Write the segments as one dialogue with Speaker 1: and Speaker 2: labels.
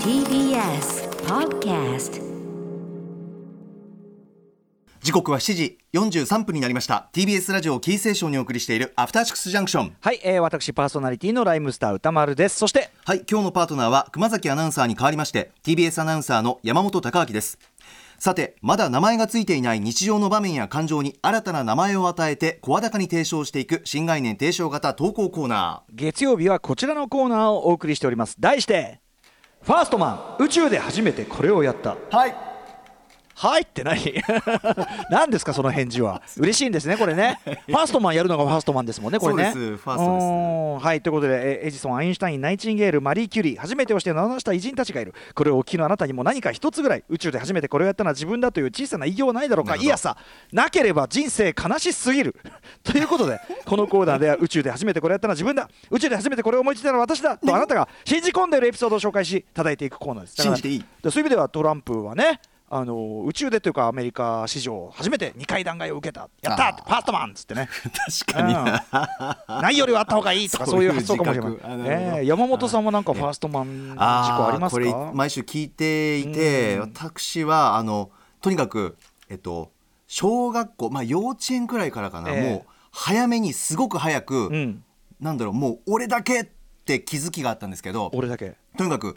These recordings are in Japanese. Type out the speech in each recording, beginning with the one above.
Speaker 1: TBS Podcast
Speaker 2: 時刻は7時43分になりました TBS ラジオキーセーションにお送りしているアフターシックスジャンクション
Speaker 3: はい、えー、私パーソナリティのライムスター歌丸ですそして
Speaker 2: はい今日のパートナーは熊崎アナウンサーに代わりまして TBS アナウンサーの山本貴明ですさてまだ名前がついていない日常の場面や感情に新たな名前を与えて声高に提唱していく新概念提唱型投稿コーナ
Speaker 3: 月曜日はこちらのコーナーをお送りしております題してファーストマン宇宙で初めてこれをやった
Speaker 2: ーはい
Speaker 3: はい って何何ですかその返事は嬉しいんですねこ れねファーストマンやるのがファーストマンですもんねこれね
Speaker 2: そうですファーストです
Speaker 3: うーんはいということでえーエジソンアインシュタインナイチンゲールマリー・キュリー初めてをして名を成した偉人たちがいるこれをお聞きのあなたにも何か一つぐらい宇宙で初めてこれをやったのは自分だという小さな偉業はないだろうかいやさなければ人生悲しすぎるということでこのコーナーでは宇宙で初めてこれをやったのは自分だ宇宙で初めてこれを思いついたのは私だとあなたが信じ込んでいるエピソードを紹介し叩いていくコーナーですだか
Speaker 2: 信
Speaker 3: ら
Speaker 2: じていい
Speaker 3: でそういう意味ではトランプはねあの宇宙でというかアメリカ史上初めて2回弾劾を受けたやった
Speaker 2: あー
Speaker 3: ファーストマンっつってね
Speaker 2: 確かに
Speaker 3: うんないよりはあった方がいいとか
Speaker 2: そ
Speaker 3: そうう
Speaker 2: い
Speaker 3: いうう発想かもしれない
Speaker 2: 自覚あなる、ほど
Speaker 3: ねえ山本さんはなんかファーストマン事故あり
Speaker 2: あ
Speaker 3: ま
Speaker 2: あ
Speaker 3: す
Speaker 2: これ
Speaker 3: か
Speaker 2: 毎週聞いていて私はあのとにかくえっと小学校まあ幼稚園くらいからかな、
Speaker 3: ええ
Speaker 2: もう早めにすごく早く、
Speaker 3: うん
Speaker 2: なんだろうもう俺だけって気づきがあったんですけど
Speaker 3: 俺だけ
Speaker 2: とにかく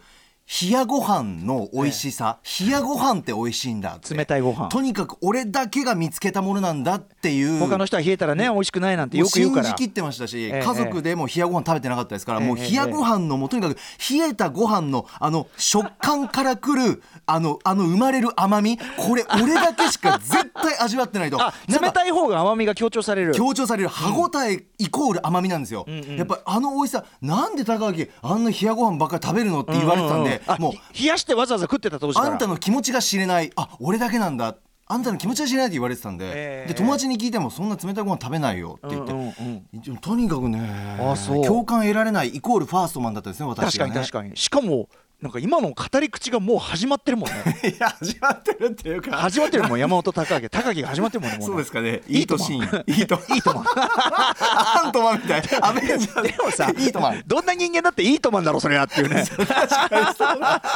Speaker 2: 冷やご飯の美味しさ、冷やご飯って美味しいんだって
Speaker 3: 冷たいご飯
Speaker 2: とにかく俺だけが見つけたものなんだっていう
Speaker 3: 他の人は冷えたらね美味しくないなんてよく言う
Speaker 2: 信
Speaker 3: か
Speaker 2: じ
Speaker 3: ら
Speaker 2: きってましたし、
Speaker 3: ええ
Speaker 2: 家族でも冷やご飯食べてなかったですから、
Speaker 3: ええ
Speaker 2: もう冷やご飯のもうとにかく冷えたご飯のあの食感からくるあのあの生まれる甘みこれ俺だけしか絶対味わってないと
Speaker 3: あ
Speaker 2: なんか
Speaker 3: 冷たい方が甘みが強調される
Speaker 2: 強調される歯ごたえイコール甘みなんですよ、
Speaker 3: んうん
Speaker 2: やっぱりあの美味しさなんで高木あんな冷やご飯ばっかり食べるのって言われてたんで、
Speaker 3: うううあ
Speaker 2: もう
Speaker 3: ひ冷やしてわざわざ食ってた当時か
Speaker 2: あ
Speaker 3: ら
Speaker 2: んたの気持ちが知れないあ俺だけなんだあんたの気持ちが知れないって言われてたんで,、
Speaker 3: ええ
Speaker 2: で友達に聞いてもそんな冷たいご飯食べないよって言って、
Speaker 3: うんうん
Speaker 2: でもとにかくね
Speaker 3: あそう
Speaker 2: 共感得られないイコールファーストマンだったんですね
Speaker 3: 確
Speaker 2: 私
Speaker 3: か
Speaker 2: が
Speaker 3: に
Speaker 2: ね
Speaker 3: 確かにしかもなんか今の語り口がもう始まってるもん ね
Speaker 2: にいや始まってるっていうか
Speaker 3: 始まってるもん山本高明高木が始まってるもんねも
Speaker 2: そうです
Speaker 3: か
Speaker 2: かねい
Speaker 3: いい
Speaker 2: い
Speaker 3: と
Speaker 2: と
Speaker 3: も
Speaker 2: シーンいいと
Speaker 3: いいとも
Speaker 2: アントマンみたいアベンジャーズ
Speaker 3: でもさ
Speaker 2: いい とマン
Speaker 3: どんな人間だっていいとマンだろそれはってい うね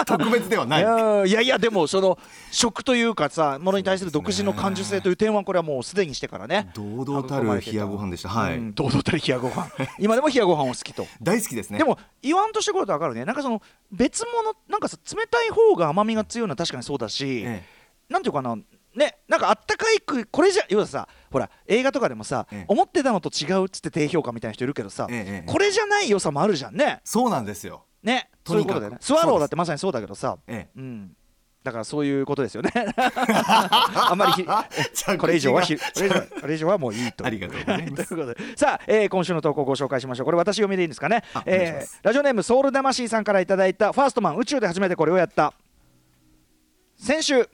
Speaker 2: 特別ではないい
Speaker 3: やいやいやでもその食というかさものに対する独自の感受性という点はこれはもうすでにしてからね
Speaker 2: 堂々たる冷やご飯でしたはい
Speaker 3: うん堂々たる冷や ご飯今でも冷やご飯を好きと
Speaker 2: 大好きですね
Speaker 3: でも言わんとしてくると分かるねなんかその別物なんかさ冷たい方が甘みが強いのは確かにそうだし、
Speaker 2: え
Speaker 3: なんていうかなねなんかあったかいくこれじゃ要はさほら映画とかでもさ、
Speaker 2: ええ
Speaker 3: 思ってたのと違うっつって低評価みたいな人いるけどさ、
Speaker 2: ええええ
Speaker 3: これじゃない良さもあるじゃんね
Speaker 2: そうなんですよ
Speaker 3: ねそういうことだよね
Speaker 2: とにかく
Speaker 3: スワローだってまさにそうだけどさ
Speaker 2: ええ
Speaker 3: うんだからそういうことですよね あんまりひ
Speaker 2: 着地
Speaker 3: これ以上はひ
Speaker 2: が
Speaker 3: これ以上はこれ以上はもういいと
Speaker 2: ありがとうございます
Speaker 3: はいということで さあ、えー今週の投稿をご紹介しましょうこれ私読みでいいんですかね
Speaker 2: あお願いし
Speaker 3: え
Speaker 2: ま
Speaker 3: ーラジオネームソウル魂さんからいただいたファーストマン宇宙で初めてこれをやった先週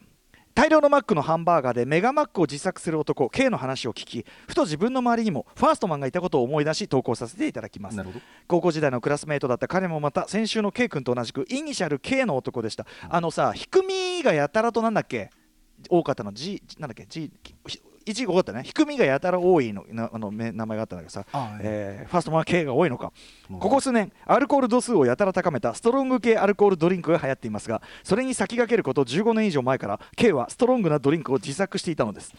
Speaker 3: 大量のマックのハンバーガーでメガマックを自作する男 K の話を聞きふと自分の周りにもファーストマンがいたことを思い出し投稿させていただきます
Speaker 2: なるほど
Speaker 3: 高校時代のクラスメートだった彼もまた先週の K 君と同じくイニシャル K の男でしたあのさ低みがやたらとなんだっけ多かったの G なんだっけ G 1多かったね低みがやたら多いのなあのめ名前があったんだけどさ
Speaker 2: ああ
Speaker 3: えーファーストマンは K が多いのか
Speaker 2: うん
Speaker 3: ここ数年アルコール度数をやたら高めたストロング系アルコールドリンクが流行っていますがそれに先駆けること15年以上前から K はストロングなドリンクを自作していたのです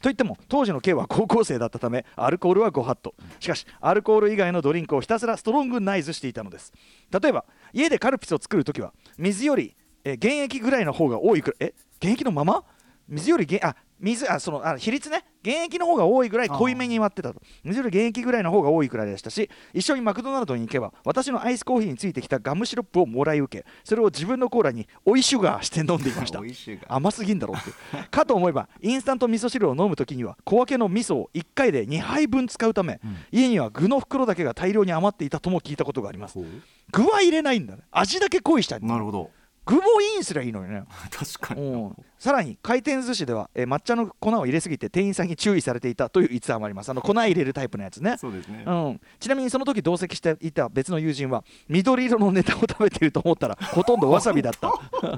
Speaker 3: といっても当時の K は高校生だったためアルコールはご法度しかしアルコール以外のドリンクをひたすらストロングナイズしていたのです例えば家でカルピスを作るときは水よりえー原液ぐらいの方が多いくらいえ原液のまま水よりげあ水あそのあ比率ね原液の方が多いぐらい濃いめに割ってたと水より原液ぐらいの方が多いくらいでしたし一緒にマクドナルドに行けば私のアイスコーヒーについてきたガムシロップをもらい受けそれを自分のコーラに追いシュガーして飲んでい ました
Speaker 2: 追いシュガー
Speaker 3: 甘すぎんだろうってかと思えばインスタント味噌汁を飲む時には小分けの味噌を1回で2杯分使うため、家には具の袋だけが大量に余っていたとも聞いたことがあります
Speaker 2: ほう
Speaker 3: 具は入れないんだね味だけ濃いしたい
Speaker 2: なるほど
Speaker 3: 具もインすりゃいいのにね
Speaker 2: 確かに
Speaker 3: うんさらに回転寿司では、えー抹茶の粉を入れすぎて店員さんに注意されていたという逸話もありますあの粉入れるタイプのやつ ね
Speaker 2: そうですね
Speaker 3: うん、ちなみにその時同席していた別の友人は緑色のネタを食べてると思ったらほとんどわさびだった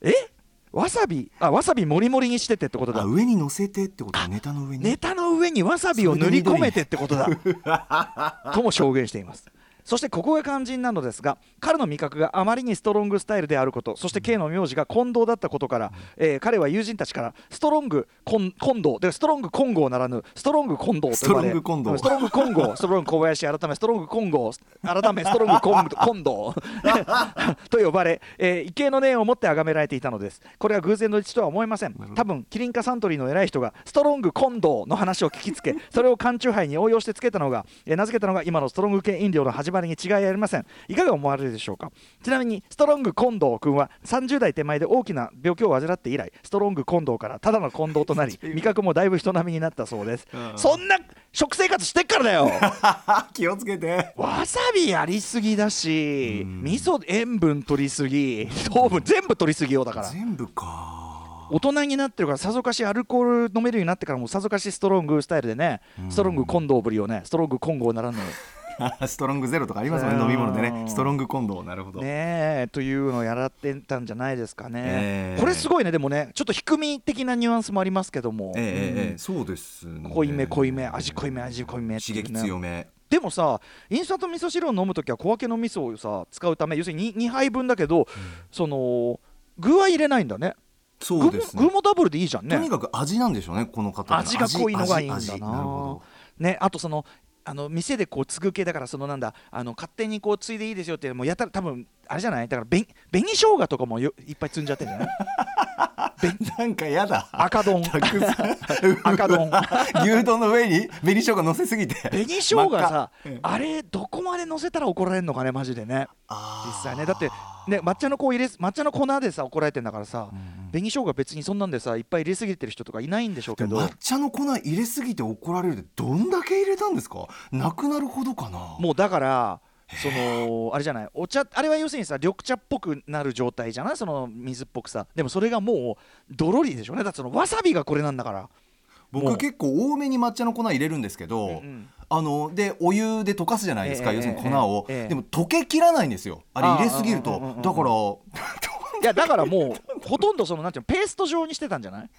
Speaker 3: えわさびあわさびもりもりにしててってこと
Speaker 2: あ
Speaker 3: だ
Speaker 2: 上に乗せてってことネタの上に
Speaker 3: ネタの上にわさびを塗り込めてってことだとも証言していますそしてここが肝心なのですが彼の味覚があまりにストロングスタイルであることそして K の名字が近藤だったことから、えー彼は友人たちからストロング近近藤でストロング金剛ならぬストロング近藤と呼ばれ
Speaker 2: ストロング近藤
Speaker 3: ストロング 近藤ストロング小林改めストロング近剛改めストロング近近藤 と呼ばれ、えー、異形の念を持って崇められていたのですこれは偶然の一致とは思えません多分キリンカサントリーの偉い人がストロング近藤の話を聞きつけそれを缶チューハイに応用してつけたのが、えー名付けたのが今のストロング系飲料の始まりに違いありませんいかが思われるでしょうかちなみにストロング近藤君は30代手前で大きな病気を患って以来ストロング近藤からただの近藤と なり味覚もだいぶ人並みになったそうです、そんな食生活してっからだ よ
Speaker 2: 気をつけて
Speaker 3: わさびやりすぎだし、味噌塩分取りすぎ糖分全部取りすぎようだから
Speaker 2: 全部か
Speaker 3: 大人になってるからさぞかしアルコール飲めるようになってからもさぞかしストロングスタイルでね、ストロング近藤ぶりをねストロング混合ならぬ
Speaker 2: ストロングゼロとかありますよ
Speaker 3: う
Speaker 2: ね
Speaker 3: ん
Speaker 2: 飲み物でねストロングコンドなるほど、
Speaker 3: ねえというのをやらってたんじゃないですかね、
Speaker 2: ええ
Speaker 3: これすごいねでもねちょっと低み的なニュアンスもありますけども、
Speaker 2: えええええ
Speaker 3: う
Speaker 2: え
Speaker 3: ん
Speaker 2: そうですね
Speaker 3: 濃いめ濃いめ味濃いめ味濃いめってい
Speaker 2: 刺
Speaker 3: うね
Speaker 2: 激強め
Speaker 3: でもさインスタント味噌汁を飲むときは小分けの味噌をさ使うため要するに 2, 杯分だけど、その具は入れないんだね
Speaker 2: そうです
Speaker 3: 具も
Speaker 2: ね
Speaker 3: 具もダブルでいいじゃん
Speaker 2: とに
Speaker 3: ね
Speaker 2: かく味なんでしょうねこの方
Speaker 3: 味が濃いのがいいんだな
Speaker 2: るほ
Speaker 3: ねあとそのあの店でこう継ぐ系だからそのなんだあの勝手にこう継いでいいですよってもうやったら多分あれじゃないだから紅紅生姜とかもよいっぱい積んじゃってんじゃない
Speaker 2: どなんかやだ
Speaker 3: 赤丼
Speaker 2: たくさん
Speaker 3: 赤丼
Speaker 2: 牛丼の上に紅生姜乗せすぎて
Speaker 3: 紅生姜さ
Speaker 2: 真っ赤うん
Speaker 3: あれどこまで乗せたら怒られるのかねマジでね
Speaker 2: あー
Speaker 3: 実際ねだってね抹茶の粉入れ抹茶の粉でさ怒られてんだからさ、紅生姜別にそんなんでさいっぱい入れすぎてる人とかいないんでしょうけ
Speaker 2: で
Speaker 3: ど
Speaker 2: も抹茶の粉入れすぎて怒られるってどんだけ入れたんですかなくなるほどかな
Speaker 3: もうだからそのあれじゃないお茶あれは要するにさ緑茶っぽくなる状態じゃないその水っぽくさでもそれがもうドロリでしょうねだってそのわさびがこれなんだからもう
Speaker 2: 僕結構多めに抹茶の粉入れるんですけど、
Speaker 3: うんうん
Speaker 2: あのでお湯で溶かすじゃないですか、
Speaker 3: ええ
Speaker 2: 要するに粉を、
Speaker 3: ええええ
Speaker 2: でも溶けきらないんですよあれ入れすぎる
Speaker 3: ああ
Speaker 2: と
Speaker 3: うんうんうんうん
Speaker 2: だから
Speaker 3: いやだから もうほとんどそのなんていうのペースト状にしてたんじゃない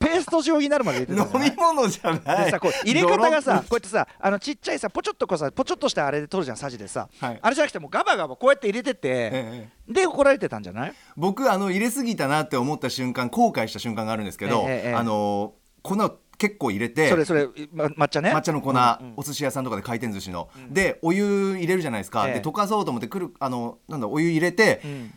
Speaker 3: ペースト状になるまで入れてたん じゃない
Speaker 2: 飲み物じゃな
Speaker 3: で
Speaker 2: い
Speaker 3: さこう入れ方が
Speaker 2: ド
Speaker 3: さ
Speaker 2: ロッ
Speaker 3: こうやってさあのちっちゃいさポチョっとこうさポチョっとしたあれで取るじゃんサジでさ、
Speaker 2: はい
Speaker 3: あれじゃなくてもうガバガバこうやって入れてて、
Speaker 2: え
Speaker 3: で怒られてたんじゃない
Speaker 2: プ僕あの入れすぎたなって思った瞬間後悔した瞬間があるんですけど、
Speaker 3: ええええ
Speaker 2: あの粉を結構入れて
Speaker 3: それそれ、ま、抹茶ね
Speaker 2: 抹茶の粉、
Speaker 3: うんうん
Speaker 2: お寿司屋さんとかで回転寿司の、でお湯入れるじゃないですか、
Speaker 3: ええ
Speaker 2: で溶かそうと思ってくるあのなんだお湯入れて、
Speaker 3: うん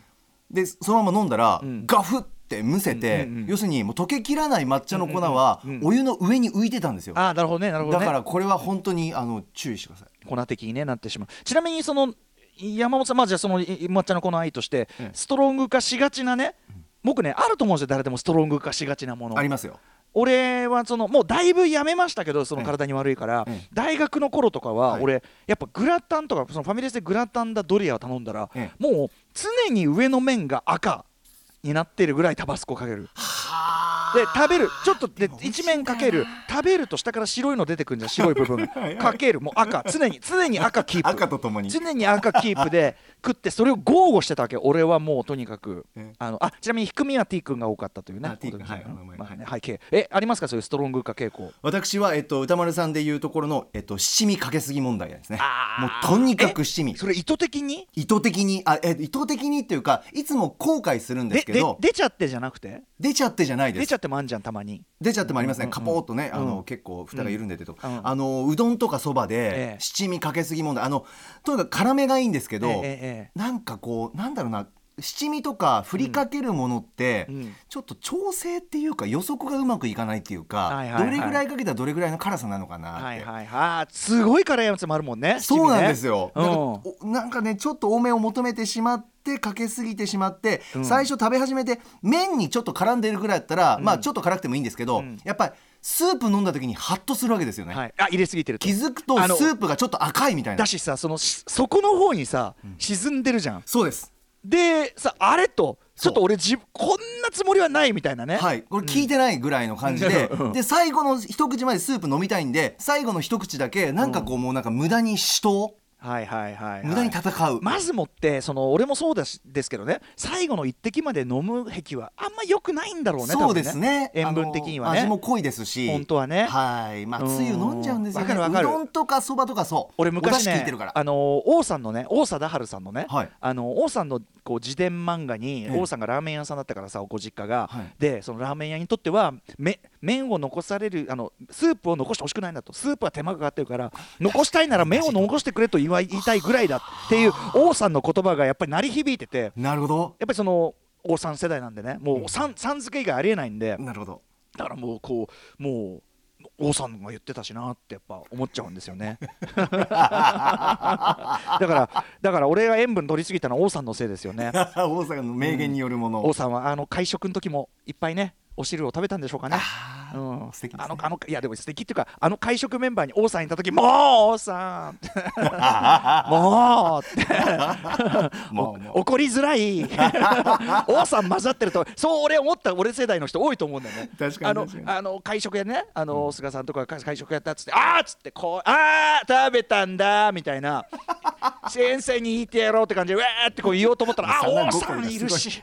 Speaker 2: でそのまま飲んだら、
Speaker 3: ん
Speaker 2: ガフってむせて、
Speaker 3: うんうんうん
Speaker 2: 要するにもう溶けきらない抹茶の粉は、
Speaker 3: うんうんうん
Speaker 2: お湯の上に浮いてたんですよ、
Speaker 3: ああなるほどねなるほど
Speaker 2: だ
Speaker 3: ね
Speaker 2: からこれは本当にあの注意してください
Speaker 3: 粉的に、ね、なってしまうちなみにその山本さんまあじゃあそのい抹茶の粉愛として、
Speaker 2: ええ
Speaker 3: ストロング化しがちなね僕ねあると思うんですよ誰でもストロング化しがちなもの
Speaker 2: ありますよ
Speaker 3: 俺はそのもうだいぶやめましたけどその
Speaker 2: ええ
Speaker 3: 体に悪いから、
Speaker 2: ええ
Speaker 3: 大学の頃とか
Speaker 2: は
Speaker 3: はい俺、やっぱグラタンとかそのファミレスでグラタンだドリアを頼んだら、
Speaker 2: ええ
Speaker 3: もう常に上の面が赤になってるぐらいタバスコかけるで食べるちょっとで一面かける食べると下から白いの出てくるんじゃん白い部分
Speaker 2: はいはい
Speaker 3: かけるもう赤常に常に赤キープ
Speaker 2: 赤とともに
Speaker 3: 常に赤キープで食ってそれを豪語してたわけ俺はもうとにかく
Speaker 2: ええ
Speaker 3: あのあちなみに低みは T 君が多かったというね
Speaker 2: あ T 君
Speaker 3: ことですね
Speaker 2: はいお名前
Speaker 3: まあね
Speaker 2: はい
Speaker 3: はい K えありますかそういうストロング化傾向
Speaker 2: 私は、えっと、歌丸さんでいうところの、えっと、七味かけすぎ問題ですね
Speaker 3: あー
Speaker 2: もうとにかく七味
Speaker 3: それ意図的に
Speaker 2: 意図的にあ、えっと、意図的にっていうかいつも後悔するんで
Speaker 3: です
Speaker 2: け
Speaker 3: で
Speaker 2: ど
Speaker 3: 出ちゃってじゃなくて
Speaker 2: 出ちゃってじゃないです
Speaker 3: 出ちゃってもあんじゃんたまに
Speaker 2: 出ちゃってもありますね、
Speaker 3: うん
Speaker 2: カポーっとね、あ
Speaker 3: うん
Speaker 2: の結構蓋が緩んでてと、
Speaker 3: うん
Speaker 2: あのうどんとかそばで
Speaker 3: ええ
Speaker 2: 七味かけすぎ問題あのとにかく辛めがいいんですけど、
Speaker 3: えええ
Speaker 2: なんかこうなんだろうな七味とか振りかけるものって、
Speaker 3: うんうん
Speaker 2: ちょっと調整っていうか予測がうまくいかないっていうか、
Speaker 3: はいはいはい
Speaker 2: どれぐらいかけたらどれぐらいの辛さなのかな
Speaker 3: え
Speaker 2: って、
Speaker 3: はいはいはいすごい辛いやつもあるもんね
Speaker 2: そうなんですよ、
Speaker 3: 七
Speaker 2: な
Speaker 3: 味
Speaker 2: ん
Speaker 3: ね
Speaker 2: か
Speaker 3: うん
Speaker 2: おなんかねちょっと多めを求めてしまってかけすぎてしまって、
Speaker 3: うん
Speaker 2: 最初食べ始めて麺にちょっと絡んでるぐらいだったら、まあちょっと辛くてもいいんですけど、
Speaker 3: うん
Speaker 2: やっぱりスープ飲んだ時にハッとするわけですよね、
Speaker 3: はいあ入れすぎてると
Speaker 2: 気づくと
Speaker 3: あの
Speaker 2: スープがちょっと赤いみたいな
Speaker 3: だしさそのし底の方にさ沈んでるじゃん
Speaker 2: そうです
Speaker 3: でさあれとち
Speaker 2: そ
Speaker 3: ょ
Speaker 2: う
Speaker 3: っと俺じこんなつもりはないみたいなね、
Speaker 2: はい、これ聞いてないぐらいの感じで、
Speaker 3: うん
Speaker 2: で最後の一口までスープ飲みたいんで最後の一口だけなんかこうもうなんか無駄に死闘
Speaker 3: はいはいはい、はい、
Speaker 2: 無駄に戦う、
Speaker 3: まずもってその俺もそうだしですけどね最後の一滴まで飲む癖はあんま良くないんだろうね
Speaker 2: そうですね
Speaker 3: 多分塩分的にはね
Speaker 2: あの味も濃いですし
Speaker 3: 本当はね
Speaker 2: はいまあつゆ飲んじゃうんですよね
Speaker 3: うんわかるわかる
Speaker 2: うどんとかそばとかそう
Speaker 3: 俺
Speaker 2: お出
Speaker 3: 昔
Speaker 2: 汁効
Speaker 3: ね
Speaker 2: いてるから
Speaker 3: あの王さんのね王貞治さんのね、
Speaker 2: はい
Speaker 3: あの王さんのこう自伝漫画に、
Speaker 2: ええ
Speaker 3: 王さんがラーメン屋さんだったからさご実家が、
Speaker 2: はい
Speaker 3: でそのラーメン屋にとってはめ麺を残されるあのスープを残してほしくないんだとスープは手間がかかってるから残したいなら麺を残してくれと言わ言いたいぐらいだっていう王さんの言葉がやっぱり鳴り響いててやっ
Speaker 2: なるほど
Speaker 3: ぱりその王さん世代なんでねもうさんさん付け以外ありえないんで
Speaker 2: なるほど
Speaker 3: だからもうこうもう王さんが言ってたしなってやっぱ思っちゃうんですよねだからだから俺が塩分取りすぎたのは王さんのせいですよ ね
Speaker 2: 大阪の名言によるもの、
Speaker 3: 王さんはあの会食の時もいっぱいねお汁を食べたんでしょうかね
Speaker 2: あー
Speaker 3: うん、
Speaker 2: 素敵ですね
Speaker 3: あのあのいやでも素敵っていうかあの会食メンバーに王さんいた時もう王さんもうって
Speaker 2: もうもう
Speaker 3: お怒りづらい 王さん混ざってるとそう俺思った俺世代の人多いと思うんだよね
Speaker 2: 確かに
Speaker 3: あの
Speaker 2: 確かに
Speaker 3: あの会食やねあの、菅さんとかが会会食やったっつってあーっつってこうあー食べたんだみたい な先生に言ってやろうって感じでうわーってこう言おうと思ったらあ
Speaker 2: そんな
Speaker 3: 王
Speaker 2: ご
Speaker 3: さ
Speaker 2: こりが
Speaker 3: んいるし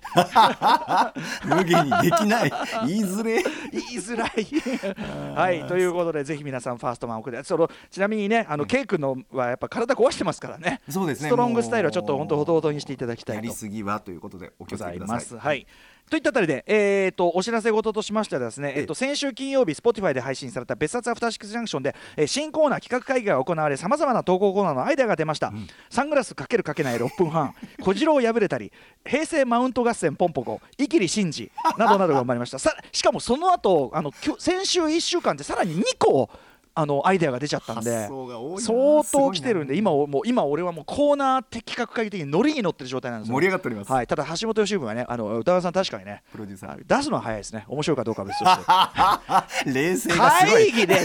Speaker 2: 無限にできない言いづれ
Speaker 3: 言いづら い。はい、ということで、ぜひ皆さん、ファーストマンを送って、そのちなみにね、あの、ケイ君のはやっぱ体壊してますからね、
Speaker 2: そうですね
Speaker 3: ストロングスタイルはちょっと本当、ほどほどにしていただきた
Speaker 2: や
Speaker 3: い
Speaker 2: り
Speaker 3: と
Speaker 2: すぎはということでお気
Speaker 3: ご
Speaker 2: をつ
Speaker 3: ざ
Speaker 2: け
Speaker 3: い
Speaker 2: くだ
Speaker 3: ま
Speaker 2: さい
Speaker 3: す。はいといったあたりで、えー、とお知らせ事としましてはですね、
Speaker 2: え
Speaker 3: えっと先週金曜日、Spotify で配信された別冊アフターシックスジャンクションで、えー新コーナー企画会議が行われ、さまざまな投稿コーナーのアイデアが出ました、サングラスかけるかけない6分半、 小次郎破れたり、平成マウント合戦ポンポコ、イキリシンジなどなどが生まれました、さしかもその後あのきょ先週1週間でさらに2個あのアイデアが出ちゃったんで
Speaker 2: 発想が多いな
Speaker 3: 相
Speaker 2: すごい
Speaker 3: 当
Speaker 2: な
Speaker 3: 来てるんで今おもう今俺はもうコーナー的企画会議的にノリに乗ってる状態なんですよ
Speaker 2: 盛り上がっております
Speaker 3: はい、ただ橋本良文はね、あの歌川さん確かにね、
Speaker 2: プロデューサー
Speaker 3: あ出すのは早いですね。面白いかどうかは別として。
Speaker 2: 冷静がすごい
Speaker 3: 会議で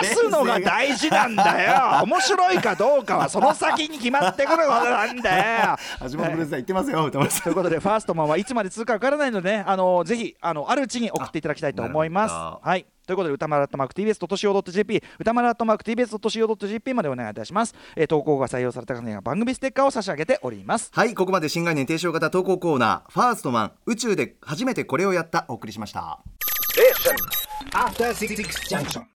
Speaker 3: 出すのが大事な んだよ。面白いかどうかはその先に決まってくることなんだよ。
Speaker 2: 橋本プロデューサー言ってますよ歌丸さん
Speaker 3: ということで、ファーストマンはいつまで続くかわからないので、ね、あのぜひあのあるうちに送っていただきたいと思いま
Speaker 2: あなるほ
Speaker 3: す。はいということで、歌丸アットマーク TBS.CO.JP、歌丸アットマーク TBS.CO.JP までお願いいたします。えー投稿が採用された方には番組ステッカーを差し上げております。
Speaker 2: はいここまで新概念提唱型投稿コーナーファーストマン宇宙で初めてこれをやったお送りしました
Speaker 4: After Six Junction.